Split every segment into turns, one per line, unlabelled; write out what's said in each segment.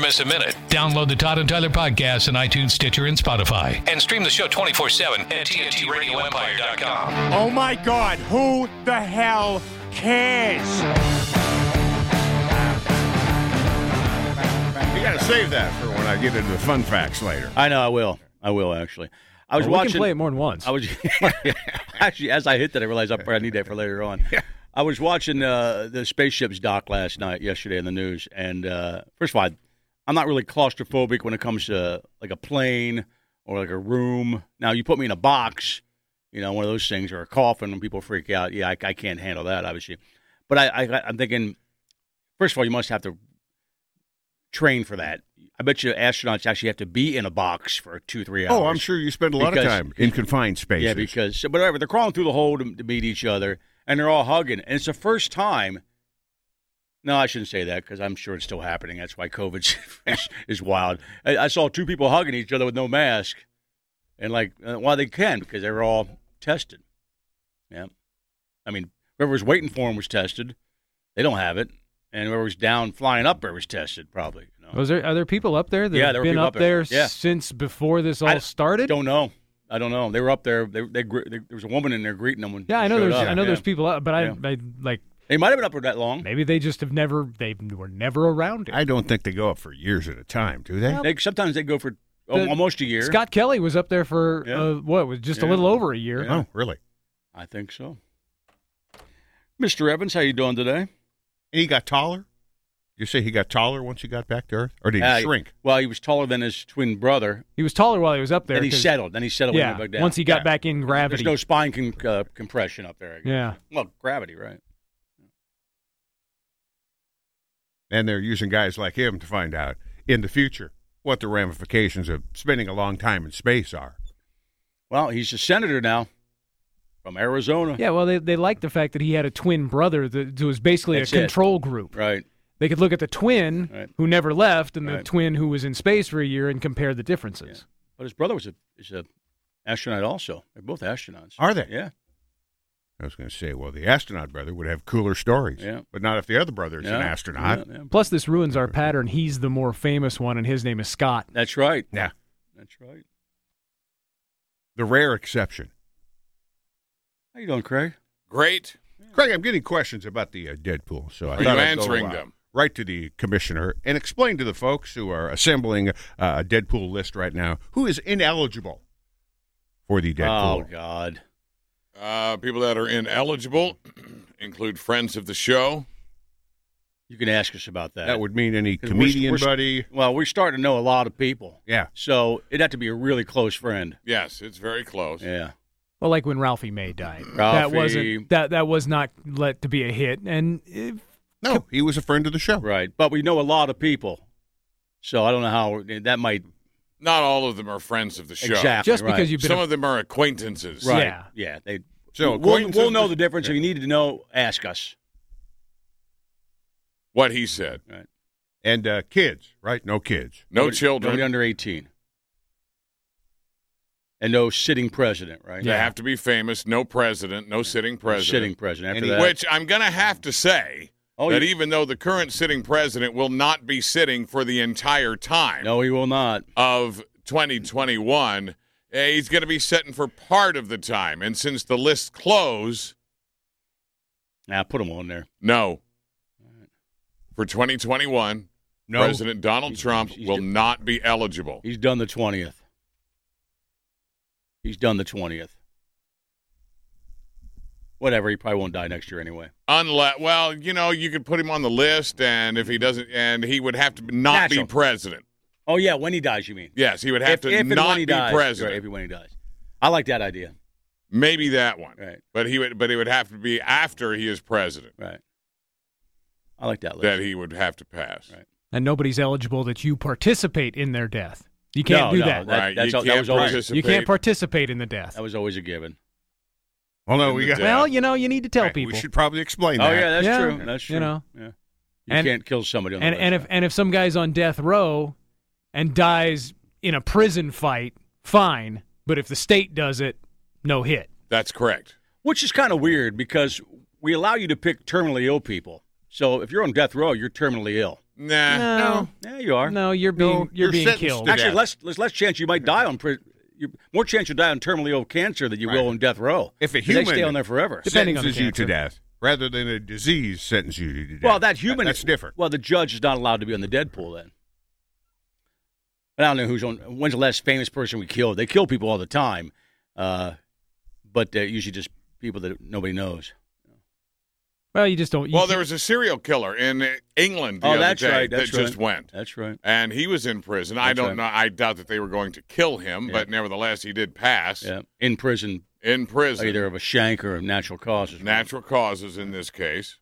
miss a minute.
Download the Todd and Tyler podcast on iTunes, Stitcher, and Spotify.
And stream the show 24 7 at TNTRadioEmpire.com.
Oh my God, who the hell cares?
You got to save that for when I get into the fun facts later.
I know. I will. I will actually. I was
Well, we
watching.
can play it more than once.
I was actually as I hit that, I realized I probably need that for later on. I was watching uh, the spaceships dock last night, yesterday in the news, and uh, first of all, I- I'm not really claustrophobic when it comes to like a plane or like a room. Now you put me in a box, you know, one of those things, or a coffin, and people freak out. Yeah, I, I can't handle that, obviously. But I, I, I'm thinking, first of all, you must have to train for that. I bet you astronauts actually have to be in a box for two, three hours.
Oh, I'm sure you spend a lot of
Because-
time in confined spaces.
Yeah, because so whatever they're crawling through the hole to, to meet each other, and they're all hugging, and it's the first time. No, I shouldn't say that because I'm sure it's still happening. That's why COVID is, is wild. I, I saw two people hugging each other with no mask, and like, uh, well, they can because they were all tested. Yeah, I mean, whoever was waiting for them was tested. They don't have it, and whoever was down flying up there was tested probably. You know?
Was there are there people up there that
Yeah,
have
there were
been
people
up
up there.
there,
Yeah.
since before this all
I
started?
Don't know. I don't know. They were up there. They, they, gr- they, there was a woman in there greeting them. When
yeah, I know
they showed
there's
up.
I know
Yeah.
there's people up, but I,
Yeah.
I like
They might have been up there that long.
maybe they just have never they were never around it.
I don't think they go up for years at a time, do they?
They, sometimes they go for al-
The-
almost a year.
Scott Kelly was up there for
Yeah.
uh, what was just a
Yeah.
little over a year.
Yeah.
Oh, really?
I think so. Mr. Evans, how you doing today?
And he got taller? You say he got taller once he got back to Earth? Or did he
Uh,
shrink?
Well, he was taller than his twin brother.
He was taller while he was up there.
Then he
'cause-
settled. Then he settled. when
yeah,
he went back down.
once he got
Yeah.
back in
There's
gravity.
no spine con- uh, compression up there. I guess.
yeah,
Well, gravity, right?
And they're using guys like him to find out in the future what the ramifications of spending a long time in space are.
Well, he's a senator now from Arizona.
yeah. Well, they they liked the fact that he had a twin brother that who was basically
That's
a
it.
control group.
Right.
They could look at the twin
Right.
who never left and the
Right.
twin who was in space for a year and compare the differences.
But his brother was a is a astronaut also. They're both astronauts.
Are they?
Yeah.
I was going to say, well, the astronaut brother would have cooler stories.
Yeah.
But not if the other brother is
Yeah.
an astronaut.
Yeah, yeah.
Plus, this ruins our pattern. He's the more famous one, and his name is Scott.
That's right.
Yeah.
That's right.
The rare exception.
How you doing, Craig?
Great.
Craig, I'm getting questions about the uh, Deadpool, so I
Are
thought
you
I'd go,
answering
uh,
them?
right to the commissioner and explain to the folks who are assembling uh, a Deadpool list right now who is ineligible for the
Oh
Deadpool.
God.
Uh, people that are ineligible include friends of the show.
You can ask us about that.
that would mean any
'Cause we're-
comedian
we're-
buddy.
Well, we're starting to know a lot of people.
Yeah.
So it'd have to be a really close friend.
Yes, it's very close.
Yeah.
Well, like when Ralphie May died, that
Ralphie-
wasn't that that was not let to be a hit, and if,
No, he was a friend of the show.
Right. But we know a lot of people. So I don't know how that might
Not all of them are friends of the show.
exactly.
just
right.
because you've been
Some
a-
of them are acquaintances.
right.
Yeah.
Yeah. They.
So
we'll,
acquaintances-
we'll know the difference. If you need to know, ask us.
What he said.
Right.
And uh, kids, right? No kids.
No
Nobody-
children.
Nobody under eighteen. And no sitting president, right?
They have to be famous. No president. No sitting
Sitting
president.
president. After
Any-
that,
Which I'm going to have to say
Oh,
that
you-
even though the current sitting president will not be sitting for the entire time
no, he will not.
of 2021, eh, he's going to be sitting for part of the time. And since the list closed,
Nah, put him on there.
no. For 2021,
No.
President Donald
He's-
Trump
he's- he's
will
di-
not be eligible.
He's done the twentieth. He's done the twentieth. Whatever, he probably won't die next year anyway.
Unless, well, you know, you could put him on the list, and if he doesn't, and he would have to not
Natural.
be president.
Oh yeah, when he dies, you mean?
Yes, he would have to
and
not
when he
be
dies,
president.
Right, if and when he dies, I like that idea.
Maybe that one,
Right.
but he would, but it would have to be after he is president
Right. I like that. List.
that he would have to pass.
Right.
and nobody's eligible that you participate in their death. You can't
No,
do
no,
that.
That-
Right,
that's
you
all- that
can't
was always-
participate.
You can't participate in the death.
that was always a given.
Well, no, we got.
Yeah.
Well, you know, you need to tell
Right,
people.
We should probably explain
Oh
that.
yeah, that's
Yeah,
true. That's true.
you know.
yeah. You
And-
can't kill somebody on the
and and if
website.
and if some guy's on death row and dies in a prison fight, fine. But if the state does it, no hit.
That's correct.
which is kind of weird because we allow you to pick terminally ill people. So if you're on death row, you're terminally ill.
Nah.
No,
Yeah, you are.
no, you're being
No,
you're,
you're
being
sentenced
killed.
to
Actually,
death.
less, less less chance you might die on pri- you, more chance you'll die on terminally ill cancer than you will on death row.
If a
'Cause they
human-
stay on there forever.
Depending on the
sentences you to
cancer.
death rather than a disease sentence you to death.
Well, that human
that's different.
Well, the judge is not allowed to be on the Deadpool then. And I don't know who's on. When's the last famous person we killed? They kill people all the time, uh, but they're usually just people that nobody knows.
Well, you just don't. You,
Well, there was a serial killer in England the
oh,
other
that's
day
right.
that
That's right.
just went.
That's right.
And he was in prison. I
That's
don't
right.
know. I doubt that they were going to kill him,
Yeah.
but nevertheless, he did pass
Yeah, in prison,
in prison.
either of a shank or of natural causes.
Natural causes in this case.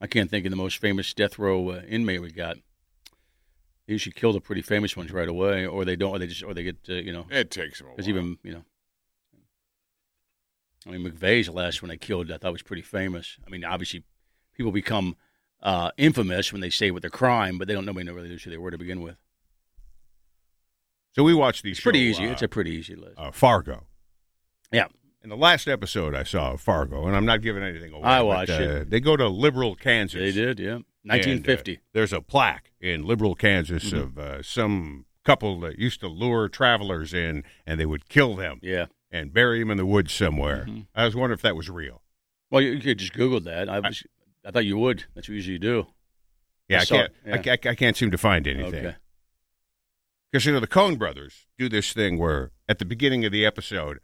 I can't think of the most famous death row uh, inmate we got. They usually kill the pretty famous ones right away, or they don't, or they just, or they get, uh, you know,
It takes him a while.
because even you know, I mean McVeigh's the last one they killed. I thought was pretty famous. I mean, obviously, people become uh, infamous when they say what their crime, but they don't nobody really knows who they were to begin with.
so we watched these.
It's pretty
show,
easy.
uh,
it's a pretty easy list.
uh, Fargo.
yeah,
In the last episode I saw of Fargo, and I'm not giving anything away.
I
but,
watched
uh,
it.
They go to liberal Kansas.
they did. Yeah,
And, uh,
1950.
there's a plaque in liberal Kansas
Mhm.
of uh, some couple that used to lure travelers in, and they would kill them
yeah.
and bury them in the woods somewhere.
Mhm.
I was wondering if that was real.
Well, you, you could just Google that. I was, I, thought you would. That's what you usually do.
Yeah,
I
I
saw
can't.
it, yeah.
I, ca- I can't seem to find anything.
Okay.
Because you know the Coen Brothers do this thing where at the beginning of the episode,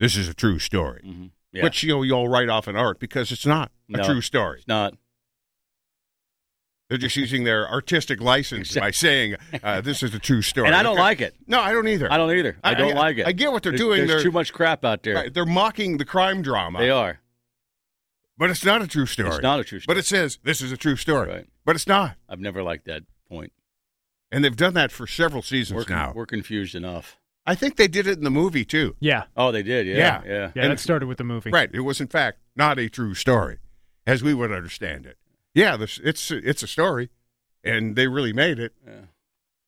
this is a true story,
Mm-hmm. Yeah.
which you know you'll write off in art because it's not a
No.
true story.
it's not.
They're just using their artistic license by saying uh, this is a true story.
And I don't
Okay.
like it.
No, I don't either.
I don't either. I, don't like it.
I get what they're
There's-
doing.
There's
They're,
too much crap out there.
right, they're mocking the crime drama.
They are.
but it's not a true story.
It's not a true story.
But it says this is a true story.
Right.
But it's not.
I've never liked that point.
And they've done that for several seasons
We're, con-
now.
we're confused enough.
I think they did it in the movie too.
yeah,
Oh, they did. Yeah.
Yeah.
Yeah.
yeah.
And-
that started with the movie.
Right. It was in fact not a true story, as we would understand it. Yeah, this, it's it's a story, and they really made it,
Yeah.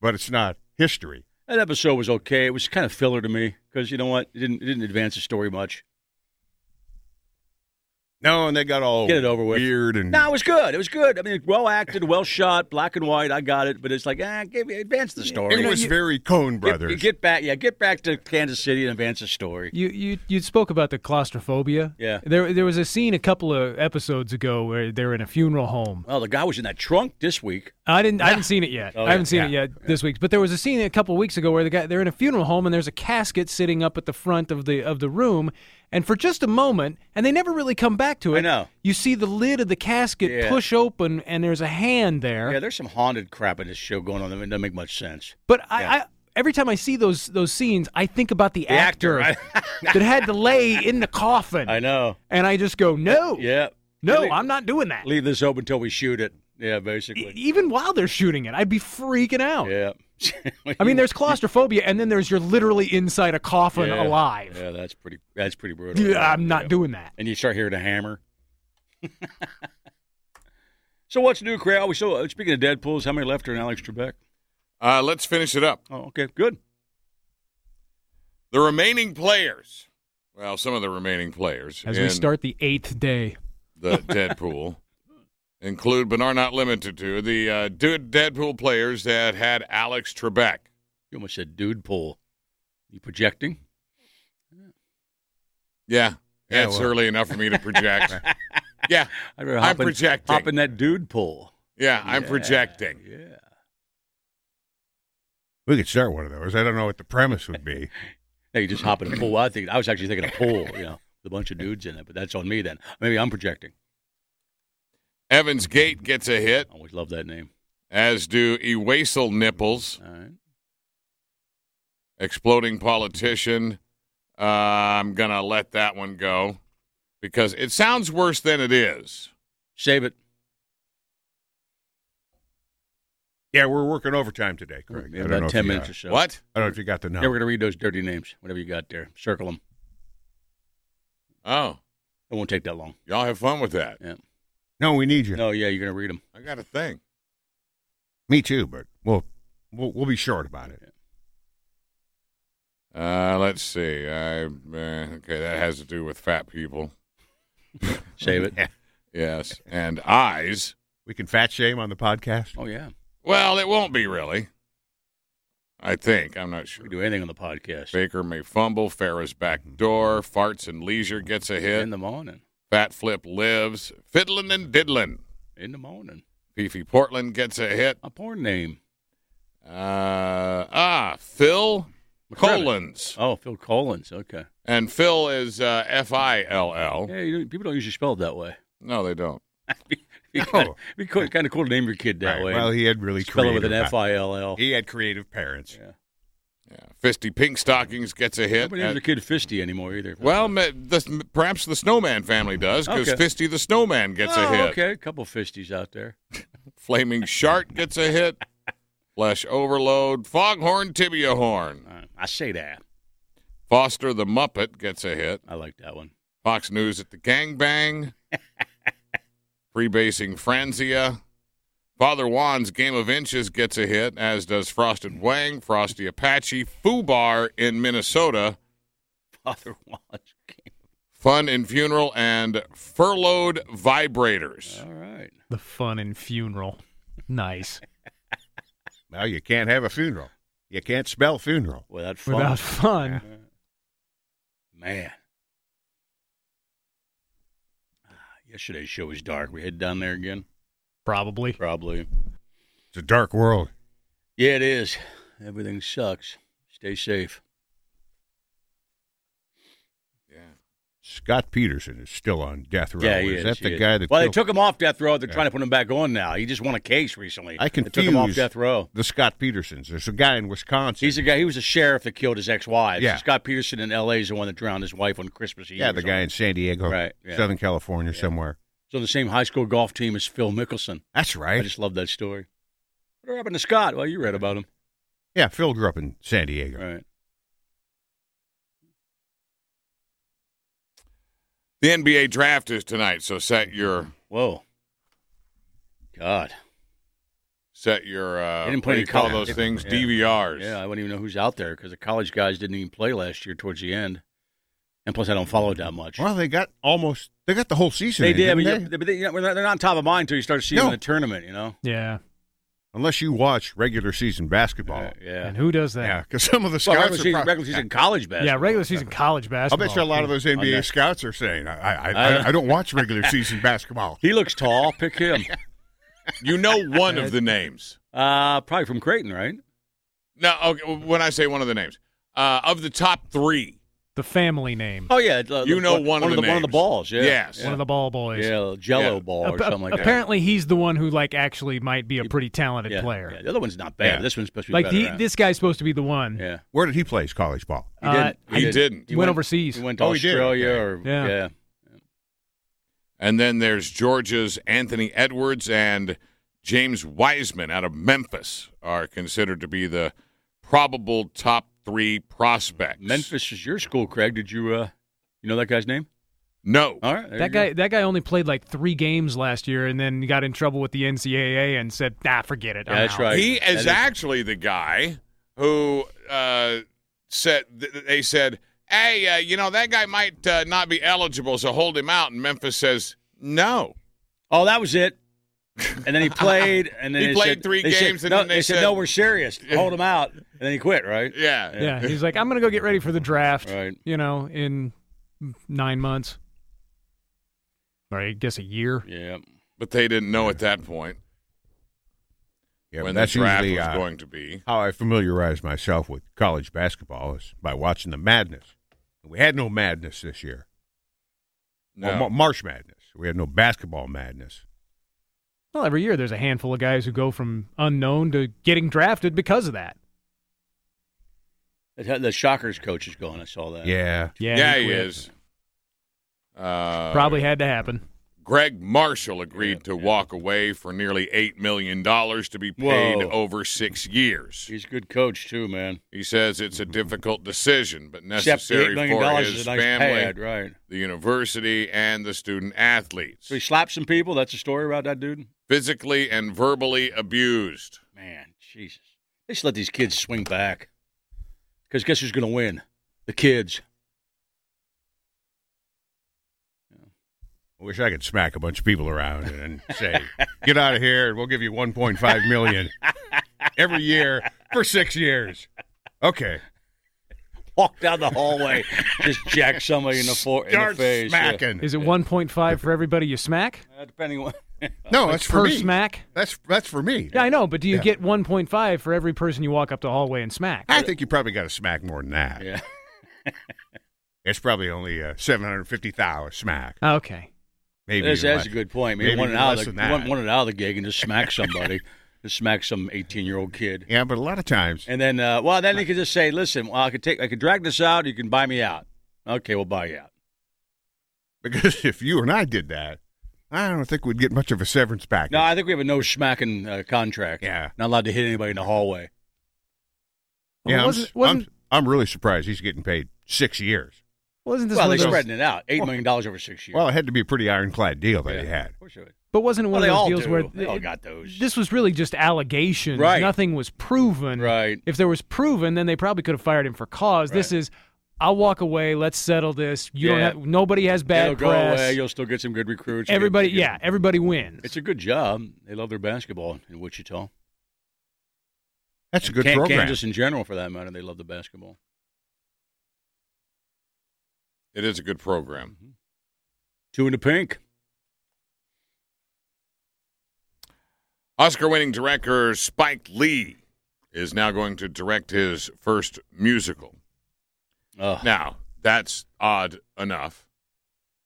but it's not history.
That episode was okay. It was kind of filler to me because you know what? It didn't it didn't advance the story much.
No, and they got all
Get it over with.
Oh, weird and
No, it was good. It was good. I mean, well acted, well shot, black and white. I got it, but it's like, ah, give me advance the story.
it was very Coen
Get-
Brothers.
Get, back, yeah, get back to Kansas City and advance the story.
You you you spoke about the claustrophobia.
Yeah.
There there was a scene a couple of episodes ago where they're in a funeral home.
Well, the guy was in that trunk this week.
I didn't I haven't seen it yet.
Oh,
I haven't
yeah.
seen it yet this week. But there was a scene a couple of weeks ago where the guy they're in a funeral home and there's a casket sitting up at the front of the of the room and for just a moment and they never really come back to
I
it.
know.
You see the lid of the casket
Yeah.
push open and there's a hand there.
Yeah, there's some haunted crap in this show going on that doesn't make much sense.
But I,
Yeah.
I every time I see those those scenes, I think about the, actor,
actor,
that had to lay in the coffin,
I know.
and I just go, no,
Yeah.
no,
Leave-
I'm not doing that.
Leave this open until we shoot it. Yeah,
E-
basically.
Even while they're shooting it, I'd be freaking out.
Yeah.
I mean, there's claustrophobia, and then there's you're literally inside a coffin
Yeah.
alive.
Yeah, that's pretty. That's pretty brutal.
Dude, I'm not doing that.
And you start hearing a hammer. so what's new, Craig? We so uh, speaking of Deadpool's, how many left are in Alex Trebek?
Uh, let's finish it up.
Oh, okay, good.
The remaining players. Well, some of the remaining players
As
in
we start the eighth day,
the Deadpool include, but are not limited to, the uh, dude Deadpool players that had Alex Trebek.
You almost said dude pool. You projecting?
Yeah,
Yeah,
that's
well.
early enough for me to project. yeah,
I'd rather
I'm
hop in-
projecting.
Hop in that dude pool.
yeah, I'm
Yeah,
projecting.
Yeah.
we could start one of those. I don't know what the premise would be.
No, you just hop in a pool. I think I was actually thinking a pool. You know, with a bunch of dudes in it. But that's on me then. Maybe I'm projecting.
Evans Gate gets a hit,
I always love that name.
as do Ewasel Nipples,
All right.
Exploding Politician. Uh, I'm going to let that one go because it sounds worse than it is.
Save it.
Yeah, we're working overtime today.
We're
Craig. I
in
don't know
about
if
ten
you, uh,
minutes or so.
What?
I don't know if you got the
Yeah,
number.
we're gonna read those dirty names. Whatever you got there, circle them.
Oh,
It won't take that long.
y'all have fun with that.
No, we need you.
No, yeah, you're gonna read them.
I got a thing.
Me too, but we'll we'll, we'll be short about it.
Uh, let's see. I uh, okay, that has to do with fat people.
Save it.
Yes, and eyes.
We can fat shame on the podcast.
Oh yeah,
Well, it won't be really. I think. I'm not sure.
we do anything on the podcast
Baker may fumble. Farrah's back door. Farts and leisure gets a hit.
in the morning.
Fat Flip lives. Fiddlin' and diddlin'.
In the morning,
Fifi Portland gets a hit.
a porn name.
Uh, ah, Phil
McCrimmon.
Collins.
Oh, Phil Collins. Okay.
And Phil is uh, F I
Oh.
L L.
Yeah, you know, people don't usually spell it that way.
No, they don't.
Be kind of, be cool, kind of cool to name your kid that
Right.
way.
Well, he had really
spell it with an
creative-
F I L L.
He had creative parents.
Yeah.
Yeah. Fisty Pink Stockings gets a hit.
Nobody names
And-
their kid Fisty anymore either. Oh,
well, ma- the, perhaps the Snowman family does because
Okay.
Fisty the Snowman gets
oh,
a hit.
Okay, a couple Fisties out there.
Flaming Shark gets a hit. Flesh Overload. Foghorn Tibia Horn.
All right, I say that.
Foster the Muppet gets a hit.
I like that one.
Fox News at the Gangbang. Freebasing Franzia. Father Juan's Game of Inches gets a hit, as does Frosted Wang, Frosty Apache, Foobar in Minnesota,
Father Wallace. King.
Fun and Funeral, and Furloughed Vibrators.
All right.
The fun and funeral. Nice.
Well, you can't have a funeral. You can't spell funeral.
Well, that fun.
Without fun.
Man. Ah, Yesterday's show was dark. We head down there again.
Probably.
Probably.
It's a dark world.
Yeah, it is. Everything sucks. Stay safe.
Scott Peterson is still on death row.
yeah,
is
he
that
is,
the
he is.
guy that?
Well, they
killed-
took him off death row. They're
Yeah.
trying to put him back on now. He just won a case recently.
I
They took him off
confuse-
death row.
the Scott Petersons? There's a guy in Wisconsin.
He's the guy. He was a sheriff that killed his ex-wife.
Yeah.
Scott Peterson in L.A. is the one that drowned his wife on Christmas Eve.
yeah,
or
the
something.
guy in San Diego,
Right, yeah.
Southern California, somewhere.
He's on the same high school golf team as Phil Mickelson.
That's
I
right.
just love that story. What happened to Scott? Well, you read about him,
yeah, Phil grew up in San Diego.
right?
The NBA draft is tonight, so set your
Whoa, God!
set your uh,
They didn't
what
play
do
any
you call
college.
those things
Yeah.
DVRs.
Yeah, I wouldn't even know who's out there because the college guys didn't even play last year towards the end, and plus I don't follow that much.
Well, they got almost. They got the whole season.
they
in,
did,
didn't
but
they?
you- but they, are not they're not on top of mind until you start seeing them
No.
in the tournament. You know?
Yeah.
Unless you watch regular season basketball.
Uh, yeah.
And who does
yeah,
that?
because some of the
Well,
scouts
regular, season,
are. pro-
regular season college
Yeah,
basketball.
regular season college
I
basketball.
bet you a lot of those NBA
that.
scouts are saying, I, I,
I-
I, I don't watch regular season basketball.
He looks tall. Pick him.
You know one of the names.
Uh, probably from Creighton, right?
No, okay, when I say one of the names, uh, of the top three.
the family name.
Oh yeah, the-
You know
the-
one of
one
the
the one of the
names.
balls. Yeah.
Yes.
One of the ball boys.
Oh, Yeah, Jello
Yeah.
ball or
Ap-
something like that.
apparently he's the one who like actually might be a pretty talented
yeah,
player.
yeah, the other one's not bad.
Yeah.
This one's supposed to be
like
better.
the,
huh?
this guy's supposed to be the one.
Yeah,
Where did he play his college ball?
he
Uh,
didn't.
He didn't.
He
went overseas.
He went to
Oh, he did,
Australia
okay.
or yeah.
Yeah.
And then there's Georgia's Anthony Edwards and James Wiseman out of Memphis are considered to be the probable top three prospects.
Memphis is your school, Craig. Did you uh, you know that guy's name?
No.
All right, there you
That
go.
guy that guy only played like three games last year and then got in trouble with the NCAA and said, nah, forget it.
Yeah,
I'm
that's
out."
right.
He
That
is
is-
actually the guy who uh, said th- th- they said, "Hey, uh, you know that guy might uh, not be eligible, so hold him out." And Memphis says, "No."
Oh, that was it. And then he played, and then
He
they
played
said-
three
they said-
games, and
no,
then they
said,
said-
"No, we're serious. Hold him out." And then he quit. Right?
Yeah.
Yeah. He's like, I'm gonna go get ready for the draft.
Right.
You know, in nine months. Or I guess a year.
Yeah.
But they didn't know at that point
Yeah,
when
but that's
the draft
usually
was
uh,
going to be.
how I familiarize myself with college basketball is by watching the madness. We had no madness this year.
No.
Well, Ma- March madness. We had no basketball madness.
Well, every year there's a handful of guys who go from unknown to getting drafted because of that.
The the Shockers coach is gone. I saw that.
Yeah.
Yeah,
yeah, he,
quit.
is. Uh,
Probably had to happen.
Greg Marshall agreed to walk away for nearly eight million dollars to be paid
Whoa.
over six years.
He's a good coach too, man.
He says it's a difficult decision, but
Mm-hmm. Except the
necessary
eight million
for
dollars
his
is a nice
family,
pad, right?
the university, and the student athletes.
So he slapped some people. That's the story about that dude.
Physically and verbally abused.
Man, Jesus. They should let these kids swing back. Because guess who's going to win? The kids.
I wish I could smack a bunch of people around and say, "Get out of here!" and we'll give you 1.5 million every year for six years. Okay,
Walk down the hallway, just jack somebody in the, for- in the
start
face. yeah.
smacking.
Is it 1.5 for everybody you smack?
Uh, depending on.
No, that's for
per
me.
smack?
That's that's for me.
Yeah, I know, but do you get 1.5 for every person you walk up the hallway and smack?
I think you probably got to smack more than that.
yeah.
It's probably only uh, 750 thou smack.
Okay.
Maybe
That's,
even
that's a
less.
good point. Maybe,
maybe
one
even
out
less
of the,
than that.
one, one out of the gig and just smack somebody, just smack some eighteen-year-old kid.
Yeah, but a lot of times
And then, uh, well, then they could just say, "Listen, well, I could take, I could drag this out. You can buy me out. Okay, we'll buy you out.
because if you and I did that, I don't think we'd get much of a severance package.
No, I think we have a no smacking uh, contract.
Yeah.
not allowed to hit anybody in the hallway.
Well,
yeah, I'm,
wasn't,
s-
wasn't,
I'm, I'm really surprised he's getting paid six years.
wasn't this
well,
one
they're
of those,
spreading it out. Eight million dollars over six years.
Well, it had to be a pretty ironclad deal that
Yeah,
he had.
Of course it would.
But wasn't it
Well,
one
they
of those
all
deals
do.
where
They all got those.
this was really just allegations?
Right.
Nothing was proven.
Right.
If there was proven, then they probably could have fired him for cause. This
Right.
is, I'll walk away. Let's settle this. You
Yeah.
don't have. Nobody has bad
It'll go
press.
away. You'll still get some good recruits. You'll get-
everybody,
you'll get-
yeah, everybody wins.
It's a good job. They love their basketball in Wichita.
That's a good
Can-
program.
Kansas in general, for that matter, they love the basketball.
It is a good program.
Mm-hmm. Two in the pink.
Oscar winning director Spike Lee is now going to direct his first musical.
Ugh.
Now, that's odd enough.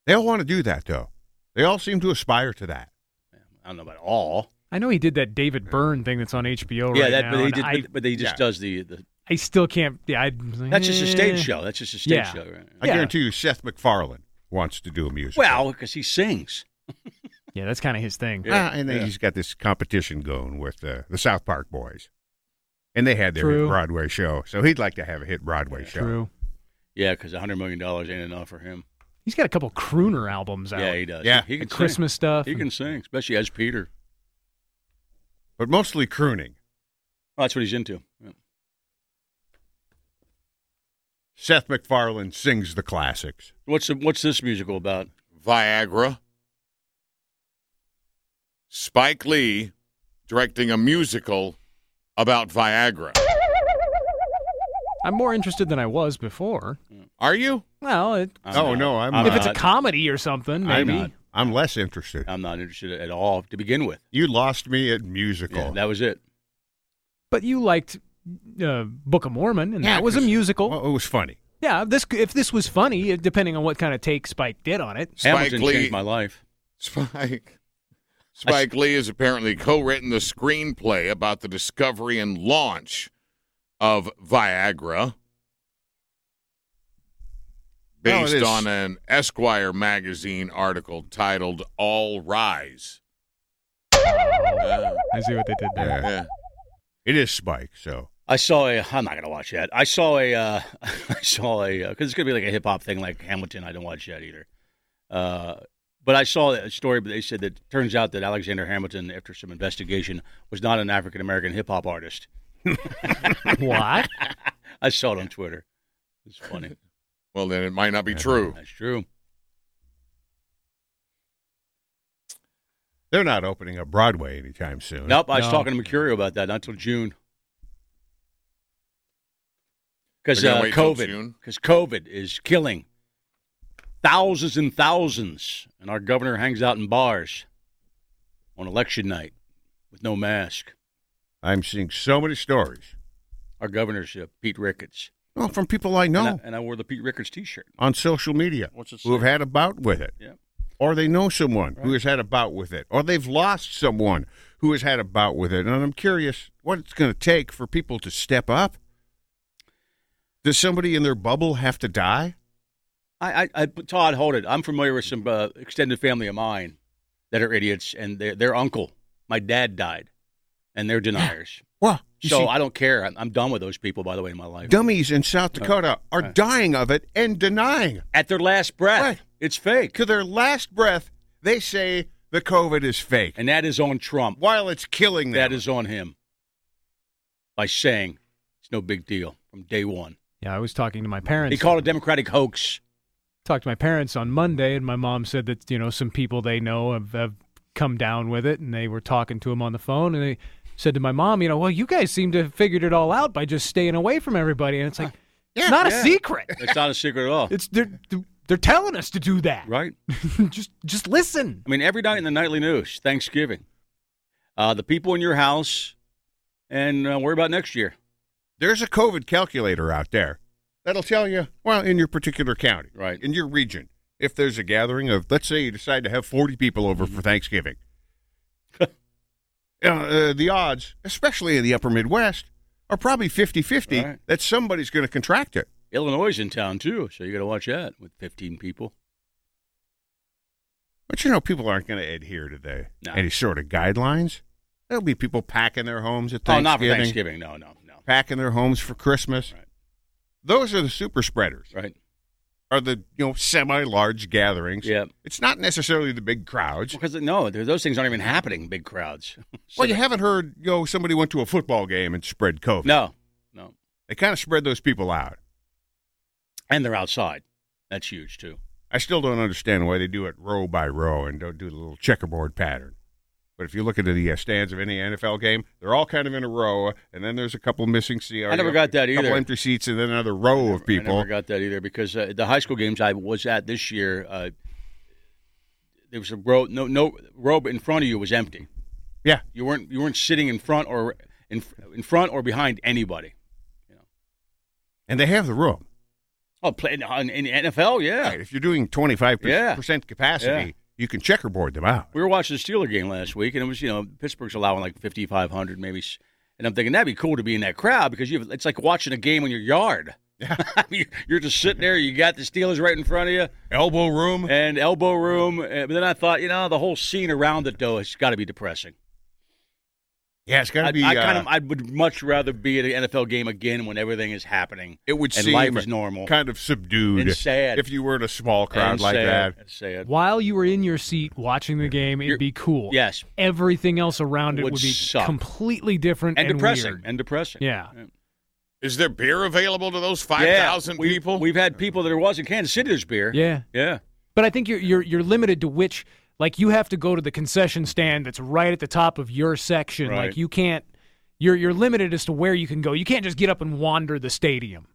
They all want to do that, though. They all seem to aspire to that.
I don't know about all.
I know he did that David Byrne thing that's on HBO
yeah,
right
that,
now.
but they
and
did,
I,
but, but they just
yeah.
does the, the
I still can't. Yeah, I,
That's just a
eh.
stage show. That's just a stage
Yeah.
show. Right?
I
Yeah.
guarantee you, Seth MacFarlane wants to do a musical.
Well, because he sings.
Yeah, that's kind of his thing.
Yeah.
Ah, and then he's got this competition going with uh, the South Park boys, and they had their
True.
hit Broadway show, so he'd like to have a hit Broadway show.
True.
Yeah, because hundred million dollars ain't enough for him.
He's got a couple crooner albums out.
Yeah, he does.
Yeah.
he
The
can
Christmas
Sing.
stuff.
He can sing, especially as Peter.
but mostly crooning.
Oh, that's what he's into. Yeah.
Seth MacFarlane sings the classics.
What's the, what's this musical about?
Viagra. Spike Lee directing a musical about Viagra.
I'm more interested than I was before.
Are you?
Well, it,
I'm
Oh, no, I'm
if it's a
not-
comedy or something,
I'm,
maybe.
not.
I'm less interested.
I'm not interested at all to begin with.
You lost me at
Yeah,
musical.
that was it.
But you liked uh, Book of Mormon, and
Yeah,
that was a
'cause-
musical.
Well, it was funny.
yeah, this if this was funny, uh, depending on what kind of take Spike did on it.
Hamilton changed my life.
Spike. Spike Lee has apparently co-written the screenplay about the discovery and launch of Viagra,
Well, it
based
is-
on an Esquire magazine article titled "All Rise."
I see what they did there.
Yeah.
Yeah.
It is Spike, so
I saw a. I'm not gonna watch that. I saw a. Uh, I saw a because it's gonna be like a hip hop thing, like Hamilton. I don't watch that either. Uh, but I saw a story. But they said that it turns out that Alexander Hamilton, after some investigation, was not an African American hip hop artist.
What?
I saw it on Twitter. It's funny.
Well, then it might not be true.
That's true.
they're not opening up Broadway anytime soon.
Nope. I was
No.
talking to Mercurio about that. Not until June. Because
They're
uh,
gonna wait till
COVID.
June?
Because COVID is killing thousands and thousands, and our governor hangs out in bars on election night with no mask.
I'm seeing so many stories.
Our governorship, Pete Ricketts.
Well, from people I know
And I, and I wore the Pete Ricketts T-shirt.
on social media
What's it
who have
say?
had a bout with it.
Yeah.
or they know someone who has had a bout with it, or they've lost someone who has had a bout with it. And I'm curious what it's going to take for people to step up. Does somebody in their bubble have to die?
I, I, I Todd, hold it. I'm familiar with some uh, extended family of mine that are idiots, and their their uncle, my dad, died, and they're deniers.
Well, you
so
see,
I don't care. I'm, I'm done with those people. By the way, in my life,
dummies in
Oh,
South Dakota are dying of it and denying.
at their last breath,
Right.
it's fake,
To their last breath, they say the COVID is fake.
and that is on Trump.
While it's killing them,
That is on him by saying it's no big deal from day one.
Yeah, I was talking to my parents.
He called it a Democratic hoax.
talked to my parents on Monday, and my mom said that you know some people they know have, have come down with it, and they were talking to him on the phone, and they said to my mom, you know, well, you guys seem to have figured it all out by just staying away from everybody, and it's like it's not a secret.
It's not a secret at all,
It's they're they're telling us to do that.
right?
just just listen.
I mean, every night in the nightly news, Thanksgiving, uh, the people in your house, and uh, worry about next year.
There's a COVID calculator out there that'll tell you, well, in your particular county,
Right.
in your region, if there's a gathering of, let's say you decide to have 40 people over for Thanksgiving. You
Mm-hmm.
know, uh, the odds, especially in the upper Midwest, are probably 50 50
Right.
that somebody's going to contract it.
Illinois is in town too, so you got to watch that with 15 people.
But you know, people aren't going to adhere to the
No.
any sort of guidelines. There'll be people packing their homes at
Oh,
Thanksgiving,
not for Thanksgiving. No, no, no.
packing their homes for Christmas.
Right.
Those are the super spreaders.
Right?
Are the you know semi-large gatherings?
Yeah.
It's not necessarily the big crowds.
Because no, th- those things aren't even happening. Big crowds. So
Well, you haven't heard you know somebody went to a football game and spread COVID.
no, no,
They kind of spread those people out.
and they're outside. That's huge too.
I still don't understand why they do it row by row and don't do the little checkerboard pattern. But if you look into the uh, stands of any NFL game, they're all kind of in a row, and then there's a couple missing seats.
I never got that
A
either.
couple empty seats, and then another row Oh, of
I
people.
never got that either because uh, the high school games I was at this year, uh, there was a row. No, no row in front of you was empty.
Yeah.
You weren't you weren't sitting in front or in in front or behind anybody.
and they have the room.
Oh, play in, in NFL, yeah.
Right, if you're doing 25
Yeah.
percent capacity,
Yeah.
you can checkerboard them out.
We were watching the Steeler game last week, and it was you know Pittsburgh's allowing like 5,500 maybe, s- and I'm thinking that'd be cool to be in that crowd because you have, it's like watching a game in your yard. You- You're just sitting there. You got the Steelers right in front of you,
Elbow room.
and elbow room. and- But then I thought, you know, the whole scene around it though has got to be depressing.
Yeah, it's got
I,
to be.
I
uh,
kind of I would much rather be at an NFL game again when everything is happening.
it would
and
seem
life is normal.
kind of subdued
And sad.
if you were in a small crowd
And
like
sad,
that.
and sad.
While you were in your seat watching the game, it'd
You're-
be cool.
Yes,
Everything else around it
Would
would, be
suck.
completely different
and,
and,
depressing,
weird.
and depressing.
Yeah.
Is there beer available to those
Yeah,
5,000
we-
people?
We've had people that there was in Kansas City. There's beer.
Yeah.
yeah.
But I think you're you're you're limited to which like you have to go to the concession stand that's right at the top of your section.
Right.
Like you can't you're you're limited as to where you can go. You can't just get up and wander the stadium.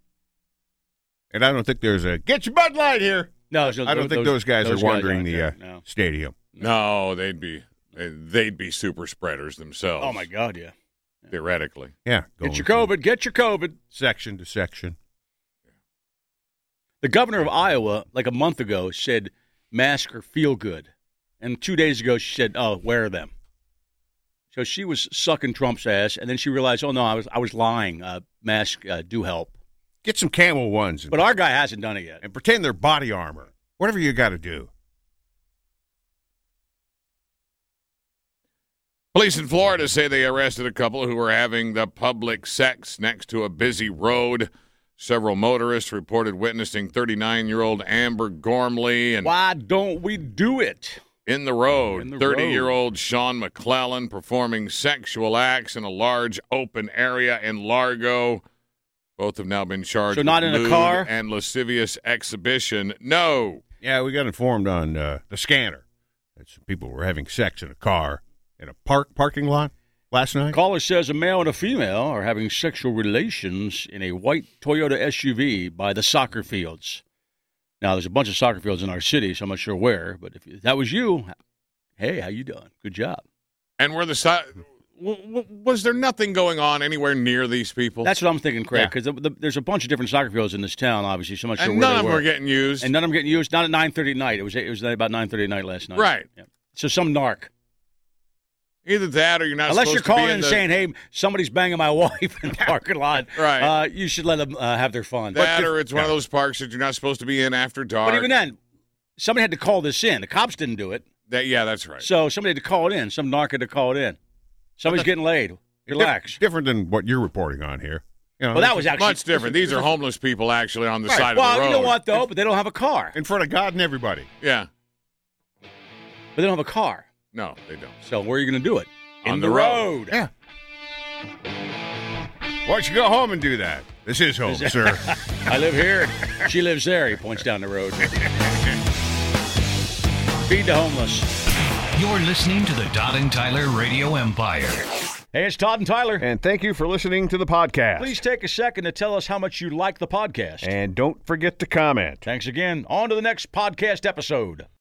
And I don't think there's a get your Bud Light here.
No, there's no-
I don't think those guys are wandering
aren't
the
there,
uh,
no.
stadium.
no, they'd be they'd be super spreaders themselves.
Oh my God! Yeah,
Theoretically,
Yeah, going
get your
from
COVID. Get your COVID.
Section to section.
The governor of Iowa, like a month ago, said mask or feel good, and two days ago she said, "Oh, wear them." So she was sucking Trump's ass, and then she realized, "Oh no, I was I was lying. Uh, mask uh, do help."
Get some camel ones and,
But our guy hasn't done it yet.
and pretend they're body armor. Whatever you got to do.
police in Florida say they arrested a couple who were having the public sex next to a busy road. Several motorists reported witnessing 39-year-old Amber Gormley and
Why don't we do it?
In the road,
In the
30 year old Sean McClellan performing sexual acts in a large open area in Largo. Both have now been charged
So not
with
in a
lewd
car?
and lascivious exhibition. No.
Yeah, we got informed on uh, the scanner that some people were having sex in a car in a park parking lot last night.
Caller says a male and a female are having sexual relations in a white Toyota SUV by the soccer fields. Now, there's a bunch of soccer fields in our city, so I'm not sure where, but if that was you, hey, how you doing? Good job.
And were the si- w- w- was there nothing going on anywhere near these people?
That's what I'm thinking, Craig,
Yeah.
because the, there's a bunch of different soccer fields in this town, obviously, so I'm not sure
and
where
none
they
of them
were.
were getting used.
and none of them getting used. Not at 9.30 at night. It was, it was about 9.30 at night last night.
Right.
Yeah. So some narc.
Either that or you're not
Unless
supposed
you're
to be
calling
in
and
the-
saying, hey, somebody's banging my wife in the parking lot,
Right.
uh, you should let them uh, have their fun.
that or it's one of those parks that you're not supposed to be in after dark.
But even then, somebody had to call this in. The cops didn't do it,
That- yeah, that's right.
so somebody had to call it in. Some narc had to call it in. Somebody's getting laid.
Diff-
Relax.
different than what you're reporting on here. You know,
Well, that was actually
Much different. These are homeless people actually on the side of
Well,
the road.
you know what though? But they don't have a car.
in front of God and everybody.
Yeah.
But they don't have a car.
No, they don't.
So where are you going to do it?
On
in
the road.
Yeah. Why don't you go home and do that? This is home, sir.
I live here. She lives there. He points down the road. Feed the homeless.
You're listening to the Todd and Tyler Radio Empire.
Hey, it's Todd and Tyler.
And thank you for listening to the podcast.
Please take a second to tell us how much you like the podcast.
And don't forget to comment.
Thanks again. On to the next podcast episode.